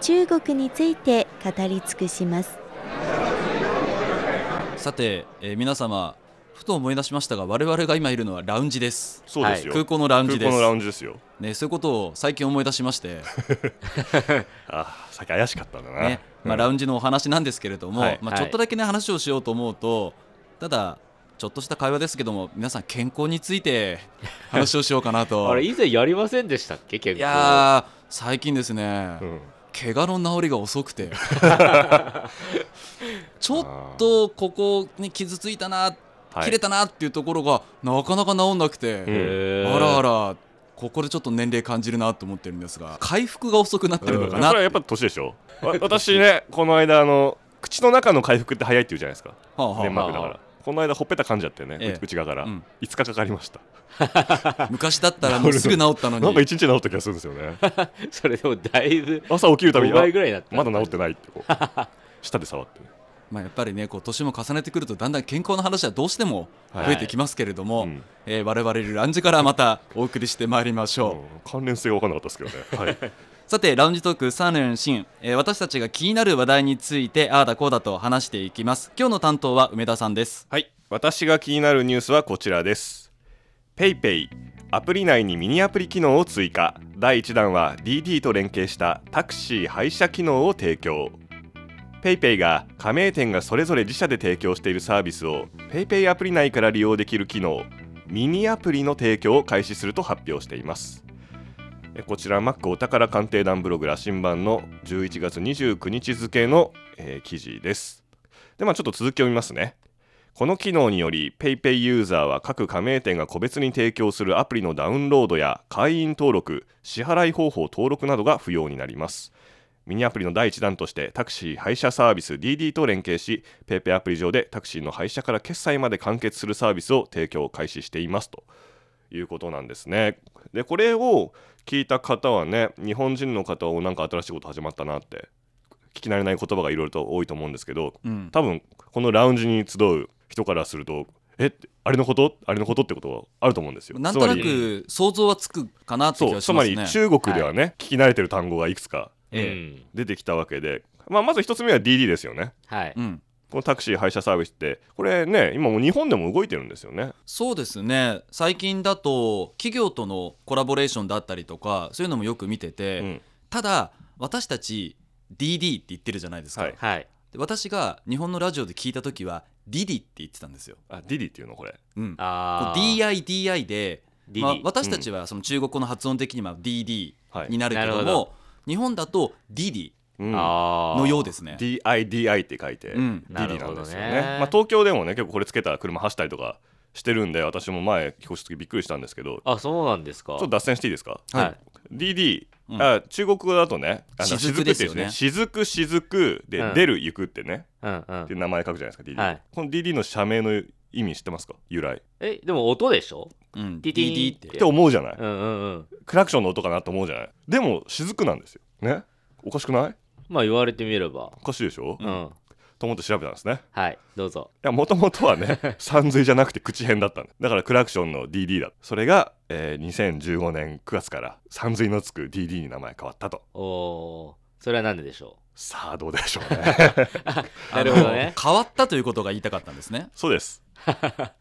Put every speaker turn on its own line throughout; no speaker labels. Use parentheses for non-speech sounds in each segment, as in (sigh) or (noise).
中国について語り尽くします。
さて、えー皆様ふと思い出しましたが我々が今いるのはラウンジです
そうですよ、
空港のラウンジで
空港
す
のラウンジですよ
ね、そういうことを最近思い出しまして、
あさっき怪しかったんだな、
ねまあ、ラウンジのお話なんですけれども、
はい
まあ、
は
ち
い
ょっとだけね話をしようと思うとただちょっとした会話ですけども皆さん健康について話をしようかな
(laughs)
と
あれ以前やりませんでしたっけ健
い
康
やー最近ですね、
うん
怪我の治りが遅く
(laughs)
てちょっとここに傷ついたな
はい
切れたなっていうところがなかなか治んなく
うん
て、
へー
あらあらここでちょっと年齢感じるなと思ってるんですが回復が遅くなってるの
そ
か
れ
な、
はやっぱ年でしょわ私ね (laughs) この間あの口の中の回復って早いって言うじゃないですか
はあはあ
粘膜だか
はあは
らこの間ほっぺた噛んじゃってね、
ええ
口口側から、
うん
5日かかりました
昔だったらもうすぐ治ったの
なんか
に
1日治った気がするんですよ
(laughs)
ね
それでもだいぶ
朝起きるたび
5
にあ
倍ぐらいだった
まだ治ってないってこう舌で触ってね
まあやっぱりねこう年も重ねてくるとだんだん健康の話はどうしても増えてきますけれども、
はいうん
えー我々ランジからまたお送りしてまいりましょう。
うん関連性が分かんなかったですけどね、はい、
さてラウンジトークサーヌンシン、えー私たちが気になる話題についてああだこうだと話していきます今日の担当は梅田さんです
はい、私が気になるニュースはこちらです。PayPay アプリ内にミニアプリ機能を追加。第1弾は DD と連携したタクシー配車機能を提供。PayPay が加盟店がそれぞれ自社で提供しているサービスを PayPay アプリ内から利用できる機能ミニアプリの提供を開始すると発表しています。えこちら Mac お宝鑑定団ブログ羅針盤の11月29日付の、えー記事です。でまあちょっと続きを見ますね。この機能により PayPay ユーザーは各加盟店が個別に提供するアプリのダウンロードや会員登録支払い方法登録などが不要になりますミニアプリの第1弾としてタクシー配車サービス DD と連携し PayPay アプリ上でタクシーの配車から決済まで完結するサービスを提供開始していますということなんですねでこれを聞いた方はね日本人の方をなんか新しいこと始まったなって聞き慣れない言葉がいろいろと多いと思うんですけど
うん
多分このラウンジに集う人からするとえあれのことあれのことってことはあると思うんですよ
なんとな
つまり
く想像はつくかなって気
そ
が
う
し
つ
ま
ます
ね
り中国ではね、聞き慣れてる単語がいくつか
う
ええ
ん
出てきたわけで、まあ、まず一つ目は DD ですよね
はい
うん
このタクシー配車サービスってこれね今もう日本でも動いてるんですよね
そうですね最近だと企業とのコラボレーションだったりとかそういうのもよく見てて、
うん
ただ私たち DD って言ってるじゃないですか、
はい
はい
で私が日本のラジオで聞いた時は DD って言ってたんですよ、
あ DD っていうのこれ
うん、こう
あー
DIDI でまあ、私たちはその中国語の発音的には DD
はい
になるけども、
なるほ
日本だと DD
うん
あー
のようですね。
DIDI って書いて、
うん
DD なんですよね
なるほどね
まあ、東京でもね結構これつけた車走ったりとかしてるんで私も前引っ越した時びっくりしたんですけど
あそうなんですか
ちょっと脱線していいですか、
はい、
うん
DD、あ中国語だとねあの
雫ですよね
雫雫で、
うん
出る行くってね
うんうん
っていう名前書くじゃないですか DD、
はい
この DD の社名の意味知ってますか由来
えでも音でしょ
うん、
ディディ
DD って
って思うじゃない、
うんうんうん
クラクションの音かなと思うじゃないでも雫なんですよねおかしくない
まあ言われてみれば
おかしいでしょ、
うん、
と思って調べたんですね
はいどうぞ
いやもともとは
(laughs)
ねさんずいじゃなくて口変だったんだだからクラクションの DD だそれが、えー2015年9月からさんずいのつく DD に名前変わったと
おーそれは何ででしょ
さあどうでしょうね
うなるほどね
あの変わったということが言いたかったんですね。
そうですあ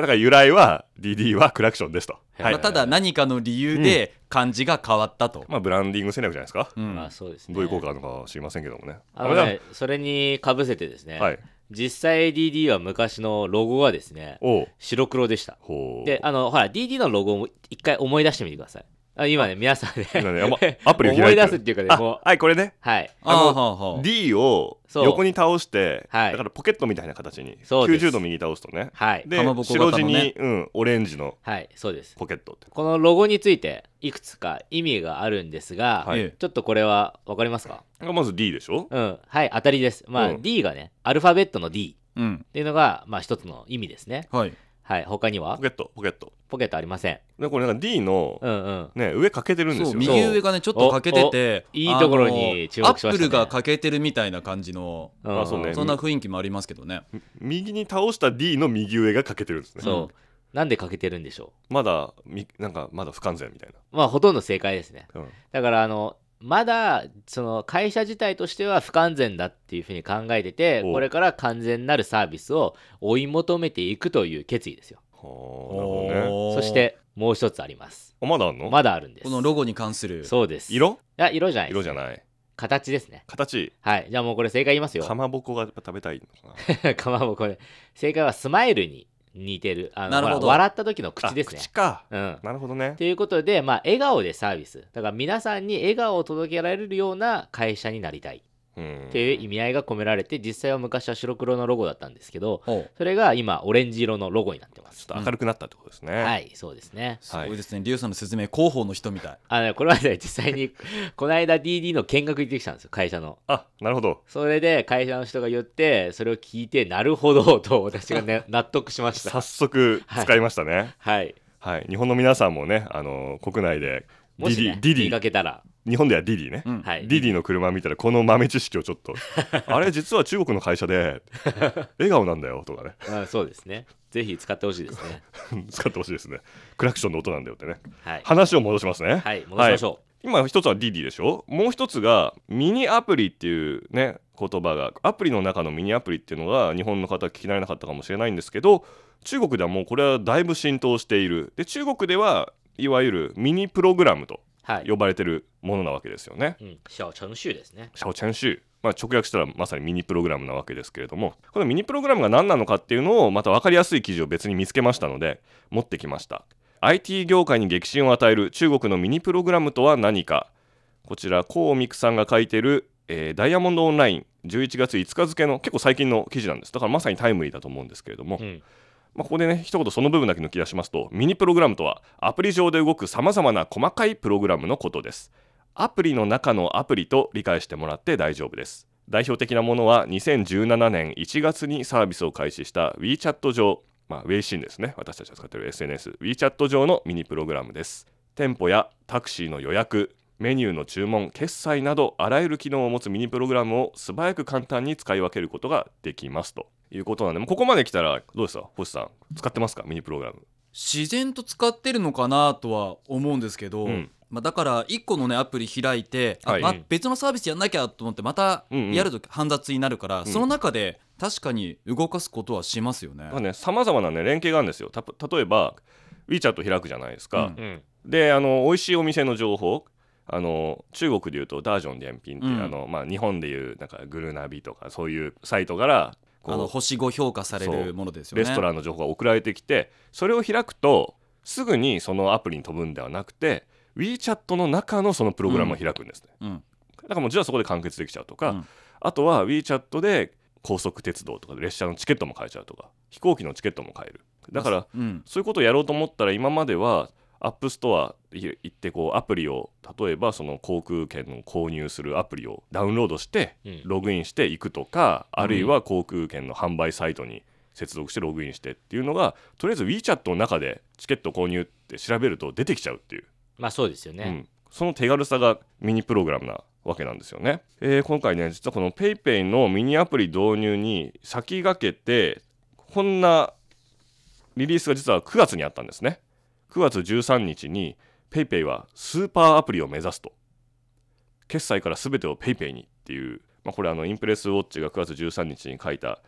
だから由来は DD はクラクションですと、
は
はい
い
まあただ何かの理由で漢字が変わったと。
まあブランディング戦略じゃないですか、
うん
まあそうですね
どういう効果なのかは知りませんけどもね
あのねそれにかぶせてですね、
はい
実際 DD は昔のロゴはですね
おう
白黒でした
ほう
であのほら DD のロゴを一回思い出してみてくださいあ今ね、皆さんね
今ねあアプリを開いてる
思い出すっていうかね、
あ
もう、
はいこれね
はい。
あの
あーはあはあ
D を
そう
横に倒して、
はい
だからポケットみたいな形に
そうです
90度右に倒すとね
はい。
で、
かまぼこ
白
型
地
の
に、
ね
うん、オレンジの
はい、そうです。
ポケットって
このロゴについて、いくつか意味があるんですが、
はい
ええ
ちょっとこれはわかりますか
がまず D でしょ、
うん。はい、当たりです。まあ、
うん
D がね、アルファベットの D
うん
っていうのが、まあ、一つの意味ですね。
はい
はい、他には
ポケットポケット
ポケットありません。
でこれなんか D の、
うんうん。
ね上欠けてるんで
そ
す
う右
よ
上がねちょっと欠けてて
おおいいところに注目しました
あ
ね
のアップルが欠けてるみたいな感じの
うん
あそうね
そんな雰囲気もありますけどね
右に倒した D の右上が欠けてるんですね
そう。なんで欠けてるんでしょ。
まだみなんかまだ不完全みたいう
まあ、ほとんど正解ですね。
な、うん
だから、あの、まだ、その、会社自体としては不完全だっていうふうに考えてて、
お
これから完全なるサービスを追い求めていくという決意ですよ。
はあなるほどね
おー
そして、もう一つあります。
あまだあんの、
まだあるんです。
このロゴに関する
そうです。い
色
や、色じゃないです
色じゃない
形ですね。
形
はい。じゃあもうこれ正解言いますよ。
かまぼこがやっぱ食べたいのか
(laughs) かまぼこで。正解はスマイルに似てる。あの
なるほど
ほら笑った時の
な
口ですね
あ。口か
うん。
なるほどね
ということで、まあ、笑顔でサービス。だから皆さんに笑顔を届けられるような会社になりたい
うん
という意味合いが込められて、実際は昔は白黒のロゴだったんですけど、
おう
それが今、オレンジ色のロゴになってま
ち
す。
ょっと明るくなったってことですね、
はい、そうですね。
すごいですねリュウさんの説明広報の人みたい
あのこれはね、実際に、 (laughs) この間 DD の見学行ってきたんですよ、会社の。
あなるほど
それで会社の人が言って、それを聞いて、なるほどと私が、ね、納得しまし
早
た。
速使いましたね
はい。
はい、日本の皆さんもねあの国内でデ
もし、
ィ
ね、
ディ
見
デ
か
ィ
けたら、
日本ではディディね、
うん
は
デ
い。
ィディの車見たらこの豆知識をちょっとあれ実は中国の会社
(laughs)
で笑顔なんだよとかね (laughs)
うんそうですね。ぜひ使ってほしいですね。
使ってほしいですねクラクションの音なんだよってね
はい。
話を戻しますね、
はい、戻しましょう。
今一つは DD でしょもう一つがミニアプリっていうね言葉がアプリの中のミニアプリっていうのが日本の方は聞き慣れなかったかもしれないんですけど中国ではもうこれはだいぶ浸透しているで中国ではいわゆるミニプログラムと
はい。
呼ばれてるものなわけですよね。
うん、小程序ですね。
シャオチャンシューまあ、直訳したらまさにミニプログラムなわけですけれどもこのミニプログラムが何なのかっていうのをまた分かりやすい記事を別に見つけましたので持ってきました IT 業界に激震を与える中国のミニプログラムとは何かこちらコウミクさんが書いてる、えーダイヤモンドオンライン11月5日付の結構最近の記事なんですだからまさにタイムリーだと思うんですけれども、
うん。
まあ、ここでね一言その部分だけ抜き出しますとミニプログラムとはアプリ上で動くさまざまな細かいプログラムのことですアプリの中のアプリと理解してもらって大丈夫です代表的なものは2017年1月にサービスを開始した WeChat 上、まあ、ウェイシンですね私たちが使っている SNSWeChat 上のミニプログラムです店舗やタクシーの予約メニューの注文決済などあらゆる機能を持つミニプログラムを素早く簡単に使い分けることができますということなんでもうここまで来たらどうですか星さん使ってますかミニプログラム
自然と使ってるのかなとは思うんですけど、
うん
まあ、だから1個のねアプリ開いて、あ
はい
まあ別のサービスやんなきゃと思ってまた
うんうん
やると煩雑になるから、その中で確かに動かすことはしますよね。
まあねさまざまなね連携があるんですよた例えば WeChat 開くじゃないですか、
うん
うん。
であの美味しいお店の情報あの中国でいうとダージョンンピンって、
うん
あのまあ、日本でいうなんかグルナビとかそういうサイトからこう
あの星5評価され
そう
るものですよね。
レストランの情報が送られてきてそれを開くとすぐにそのアプリに飛ぶんではなくて WeChat の中のそのプログラムを開くんですね、
うん
だからもうじゃあそこで完結できちゃうとか、
うん
あとは WeChat で高速鉄道とか列車のチケットも買えちゃうとか飛行機のチケットも買えるだから、
うん
そういうことをやろうと思ったら今まではアップストア行ってこうアプリを例えばその航空券の購入するアプリをダウンロードして
うん
ログインしていくとか、あるいは航空券の販売サイトに接続してログインしてっていうのがとりあえず WeChat の中でチケット購入って調べると出てきちゃうっていう
まあそうですよ
う
ね。
ん、その手軽さがミニプログラムなわけなんですよね、えー今回ね実はこの PayPay のミニアプリ導入に先駆けてこんなリリースが実は9月にあったんですね9月13日に PayPay はスーパーアプリを目指すと決済から全てを PayPay にっていう、まあ、これあのインプレスウォッチが9月13日に書いた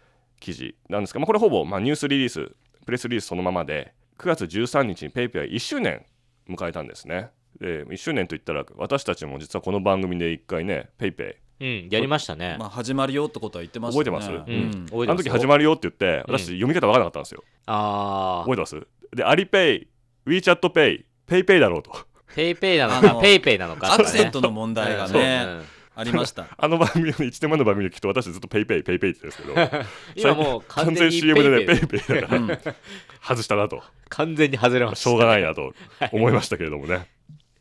記事なんですけど、まあ、これほぼまあニュースリリースプレスリリースそのままで9月13日に PayPay は1周年迎えたんですねで1周年といったら私たちも実はこの番組で1回ね PayPay
うん、やりましたね。
まあ、始まるよってことは言ってました
覚え
ね。
てます
う
うん
ん、
あ
覚えて
の
ます
時
よ
始まるよって言って
うん
私読み方分からなかったんですよ、
ああ
覚えてますで AliPayWeChatPay PayPay だろうと (laughs)
ペイペイなの
あ
か
の
ペイペイなのか
ア
とかね
クセントの問題が
そうう
ね
ん
ありま
(laughs)
した
あの番組の1年前の番組できっと私ずっとペイペイペイペイって言って
(laughs)
たんですけど
今もう完
完
全
全
に
CM でねペイ
ペイ
ペイだから、
うん
外したなと
完全に外れました
しょうがないなと思いましたけれどもね。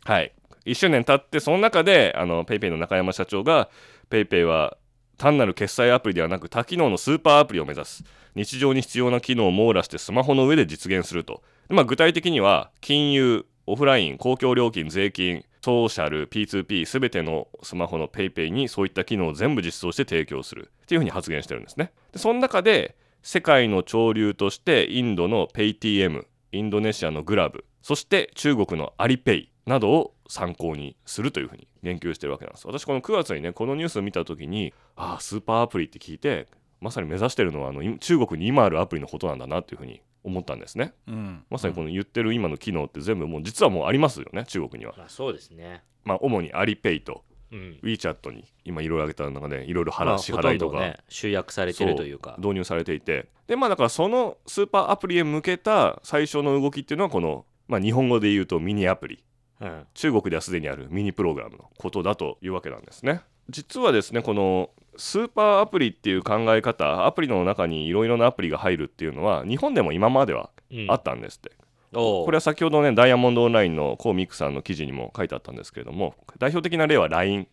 はい、1周年経ってその中であのペイペイの中山社長がペイペイは単なる決済アプリではなく多機能のスーパーアプリを目指す日常に必要な機能を網羅してスマホの上で実現すると、まあ、具体的には金融オフライン公共料金税金ソーシャル P2P すべてのスマホの PayPay ペイペイにそういった機能を全部実装して提供するっていうふうに発言してるんですねでその中で世界の潮流としてインドの PayTM インドネシアのグラブそして中国のアリペイなどを参考にするというふうに言及してるわけなんです私この9月にねこのニュースを見た時にああスーパーアプリって聞いてまさに目指してるのはあのい中国に今あるアプリのことなんだなというふうに思ったんですね
うん
まさにこの言ってる今の機能って全部もう実はもうありますよね中国には、
まあそうですね
まあ、主にアリペイと
うん
WeChat に今いろいろ挙げた中でいろいろ
ま
払
あ
う支
ほと
払
ん
いと
ど
か、
ね集約されてるというか
導入されていてでまあだからそのスーパーアプリへ向けた最初の動きっていうのはこの、まあ、日本語で言うとミニアプリ
うん
中国ではすでにあるミニプログラムのことだというわけなんですね実はですねこのスーパーアプリっていう考え方アプリの中にいろいろなアプリが入るっていうのは日本でも今までは
うん
あったんですって、
お
こ
う
れは先ほどねダイヤモンドオンラインのコウミクさんの記事にも書いてあったんですけれども代表的な例は LINE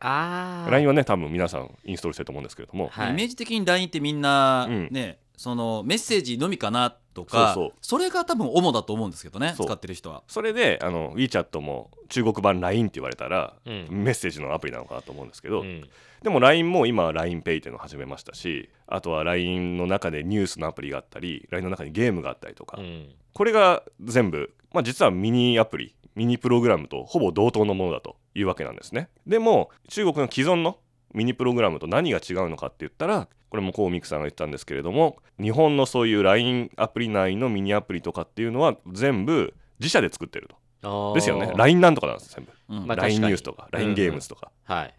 ああ
LINE はね多分皆さんインストールしてると思うんですけれども、
はい
イメージ的に LINE ってみんな、
うん
ねそのメッセージのみかなとか
そうそう
れが多分主だと思うんですけどね
そう
使ってる人は
それであの WeChat も中国版 LINE って言われたら、
うん
メッセージのアプリなのかなと思うんですけど、
うん
でも LINE も今は LINEPay っていうのを始めましたしあとは LINE の中でニュースのアプリがあったり LINE の中にゲームがあったりとか、
うん
これが全部、まあ、実はミニアプリミニプログラムとほぼ同等のものだというわけなんですねでも中国の既存のミニプログラムと何が違うのかって言ったらこれもコウミクさんが言ったんですけれども日本のそういう LINE アプリ内のミニアプリとかっていうのは全部自社で作ってると
あー
ですよね LINE なんとかなんです全部
うん
まあ
LINE
確か
ニ
に
ュースとか LINE ゲームズとか、
はい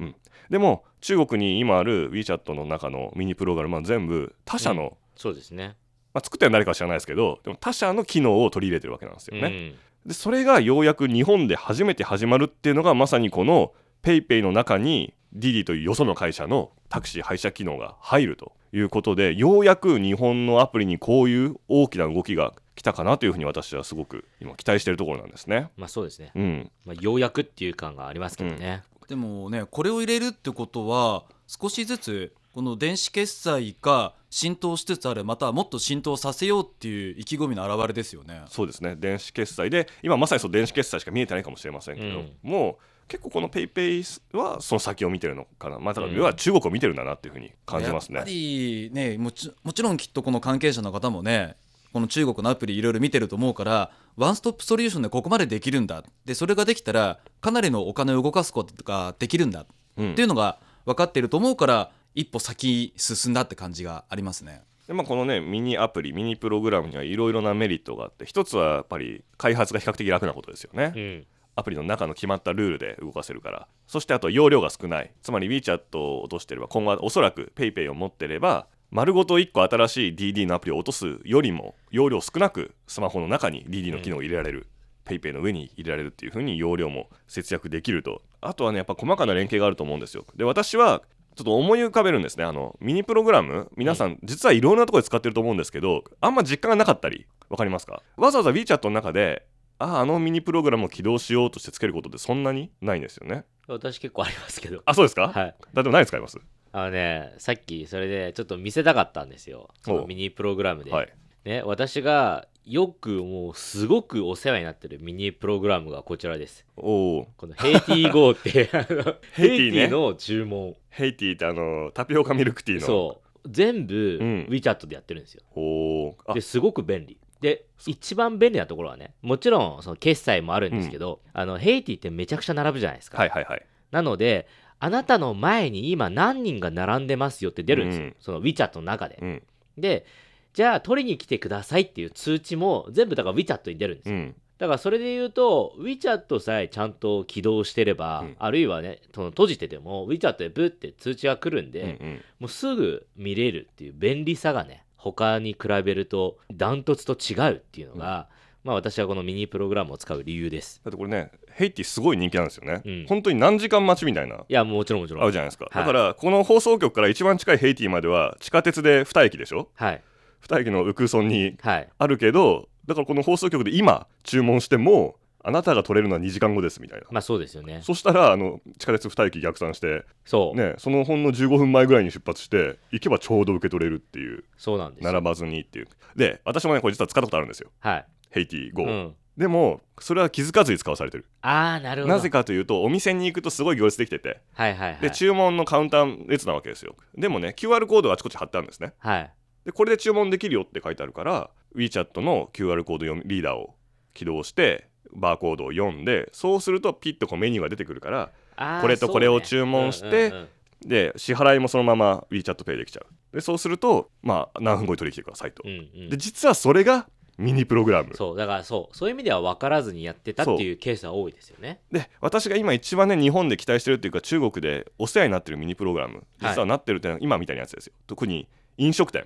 でも中国に今ある WeChat の中のミニプログラムは全部他社の、
そうですね
まあ、作ったのは誰かは知らないですけどでも他社の機能を取り入れてるわけなんですよね、
うん
でそれがようやく日本で初めて始まるっていうのがまさにこの PayPay の中に DD というよその会社のタクシー配車機能が入るということでようやく日本のアプリにこういう大きな動きが来たかなというふうに私はすごく今期待してるところなんですね。
まあそうですね
うん、
まあようやくっていう感がありますけどね
でもねこれを入れるってことは少しずつこの電子決済が浸透しつつあるまたはもっと浸透させようっていう意気込みの表れですよね。
そうですね電子決済で今まさにそう電子決済しか見えてないかもしれませんけど、
うん
もう結構この PayPay はその先を見てるのかな、まあ、だから
うん
要は中国を見てるんだなっていうふうに感じますね。
やっぱりねもちもちろんきっとこの関係者の方もねこの中国のアプリいろいろ見てると思うからワンストップソリューションでここまでできるんだでそれができたらかなりのお金を動かすことができるんだ
うん
っていうのが分かってると思うから一歩先進んだって感じがありますね。
でまあ、このねミニアプリミニプログラムにはいろいろなメリットがあって一つはやっぱり開発が比較的楽なことですよね、
うん
アプリの中の決まったルールで動かせるからそしてあと容量が少ないつまり WeChat を落としてれば今後はおそらく PayPay を持ってれば丸ごと1個新しい DD のアプリを落とすよりも容量少なくスマホの中に DD の機能を入れられる、PayPay の上に入れられるっていう風に容量も節約できるとあとはねやっぱ細かな連携があると思うんですよで私はちょっと思い浮かべるんですねあのミニプログラム皆さん実はいろんなところで使ってると思うんですけどあんま実感がなかったりわかりますかわざわざ WeChat の中であああのミニプログラムを起動しようとしてつけることってそんなにないんですよね
私結構ありますけど
あそうですか、
はい
だって何使います
あのねさっきそれでちょっと見せたかったんですよそのミニプログラムで
はい
ね、私がよくもうすごくお世話になってるミニプログラムがこちらです。
おお
このヘイティー GO
(laughs)
ってあのヘ
ヘ
イ
イティ
ティー
ーね
の注文。
ヘイティってあのタピオカミルクティーの
そう。全部
うん
WeChat でやってるんですよ。
おおあ
ですごく便利。で、一番便利なところはね、もちろんその決済もあるんですけど、あのヘイティーってめちゃくちゃ並ぶじゃないですか。
はいはいはい
なので、あなたの前に今何人が並んでますよって出るんですよ。
うん
その WeChat の中で。
うん
で、じゃあ取りに来てくださいっていう通知も全部だから WeChat に出るんですよ
うん
だからそれで言うと WeChat さえちゃんと起動してれば、
うん
あるいはねその閉じてても WeChat でブって通知が来るんで、
うんうん
もうすぐ見れるっていう便利さがね他に比べるとダントツと違うっていうのが、まあ、私はこのミニプログラムを使う理由です。
だってこれねヘイティすごい人気なんですよね、
うん
本当に何時間待ちみたいない
や、もちろんもちろん。
あるじゃないですか、
はい
だからこの放送局から一番近いヘイティまでは地下鉄で2駅でしょ
はい。
2駅のウクーソンに
はい。
あるけどだからこの放送局で今注文してもあなたが取れるのは2時間後ですみたいな、
まあ、そうですよね。
そしたらあの地下鉄2駅逆算して、
そう。
ね、そのほんの15分前ぐらいに出発して行けばちょうど受け取れるっていう
そうなんですよ。
並ばずにっていうで私もねこれ実は使ったことあるんですよ
はい。
ヘイティ
う
5、
ん。
でもそれは気づかずに使わされてる
ああ、なるほど。
なぜかというとお店に行くとすごい行列できてて
はいはいはい。
で注文のカウンター列なわけですよでもね QR コードがあちこち貼ってあるんですね
はい。
でこれで注文できるよって書いてあるから WeChat の QR コード読みリーダーを起動してバーコードを読んでそうするとピッとこうメニューが出てくるから
あー
これとこれを注文して
そうねうんうんうん
で支払いもそのまま WeChatPay できちゃうでそうするとまあ何分後に取りに来てくださいと、
うんうん
で実はそれがミニプログラム
そうだからそうそういう意味では分からずにやってたっていうケースは多いですよね
で私が今一番ね日本で期待してるっていうか中国でお世話になってるミニプログラム実はなってるっていうのは今みたいなやつですよ特に飲食店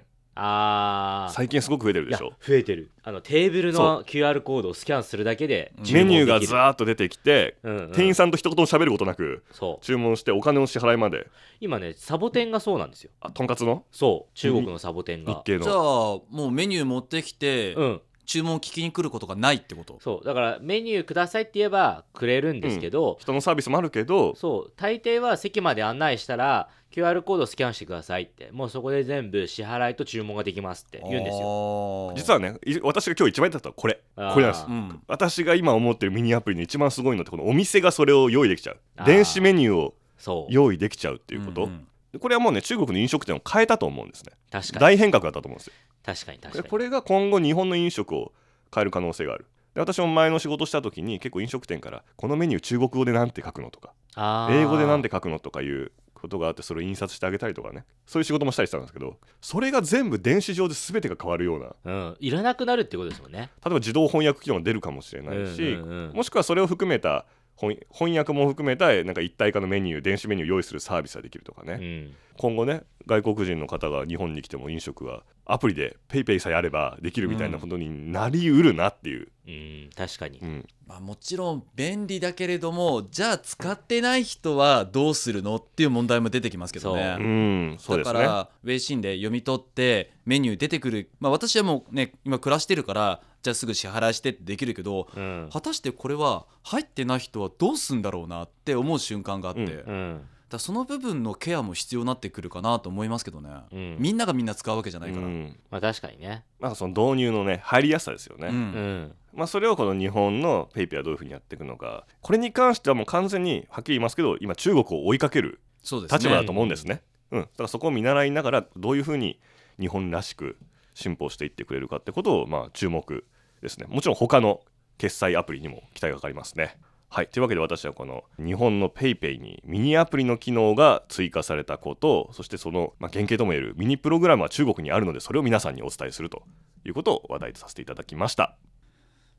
ああ
最近すごく増えてるでし
い
ょ
や増えてるあのテーブル
そ
の QR コードをスキャンするだけで
うん
メニューが
ず
ザーッと出てきて、店員
さ
さんと一言も喋ることなく
んそう
注文してお金の支払いまで
今ねサボテンがそうなんですよ
あとんかつの
そう中国のサボテン
日
が
系
じゃあ
の
もうメニュー持ってきて、
うん
注文聞きに来ることがないってこと
そうだからメニューくださいって言えばくれるんですけど、
人のサービスもあるけど
そう大抵は席まで案内したら QR コードスキャンしてくださいってもうそこで全部支払いと注文ができますって言うんですよ
よ
実はねい私が今日一番やったのはこれ
あー
これなんです
うん、
私が今思ってるミニアプリの一番すごいのってこのお店がそれを用意できちゃう
あー
電子メニューを
そう
用意できちゃうっていうこと、
んん
でこれはもうね中国の飲食店を変えたと思うんですね
確かに
大変革だったと思うんですよ
確かに確
で
かに
これが今後日本の飲食を変える可能性があるで私も前の仕事した時に結構飲食店からこのメニュー中国語でなんて書くのとか
あー
英語でなんて書くのとかいうことがあってそれを印刷してあげたりとかねそういう仕事もしたりしたんですけどそれが全部電子上で全てが変わるような例
うん、いらなくなるってことですもんね。
えば自動翻訳機能が出るかもしれないし、
うんうんうん
もしくはそれを含めた翻翻訳も含めたなんか一体化のメニュー電子メニューを用意するサービスができるとかね、
うん
今後ね外国人の方が日本に来ても飲食はアプリで PayPay さえあればできるみたいなことになりうるなっていう、
うん、確かに
う。ん
まあ、もちろん便利だけれどもじゃあ使ってない人はどうするのっていう問題も出てきますけどね
そ
うんそ
だ
うで
か
すね
ら、ウェイシンで読み取ってメニュー出てくる、まあ、私はもうね今暮らしてるからじゃあすぐ支払いしてってできるけど
うん。
果たしてこれは入ってない人はどうすんだろうなって思う瞬間があって、
うん
だ
う
か
ん。
らその部分のケアも必要になってくるかなと思いますけどね、
うん
みんながみんな使うわけじゃな
う
いから、
ん、
まあ確かにね。
なんかその導入のね入りやすさですよね、
うん
うん。
まあ、それをこの日本の PayPay はどういうふうにやっていくのかこれに関してはもう完全にはっきり言いますけど今中国を追いかける
そうですね
立場だと思うんですねうん、だからそこを見習いながらどういうふうに日本らしく進歩していってくれるかってことをまあ注目ですねもちろん他の決済アプリにも期待がかかりますねはいというわけで私はこの日本の PayPay にミニアプリの機能が追加されたことそしてその、まあ、原型ともいえるミニプログラムは中国にあるのでそれを皆さんにお伝えするということを話題とさせていただきました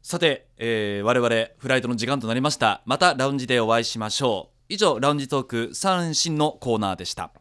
さて、えー我々フライトの時間となりましたまたラウンジでお会いしましょう以上ラウンジトーク三振のコーナーでした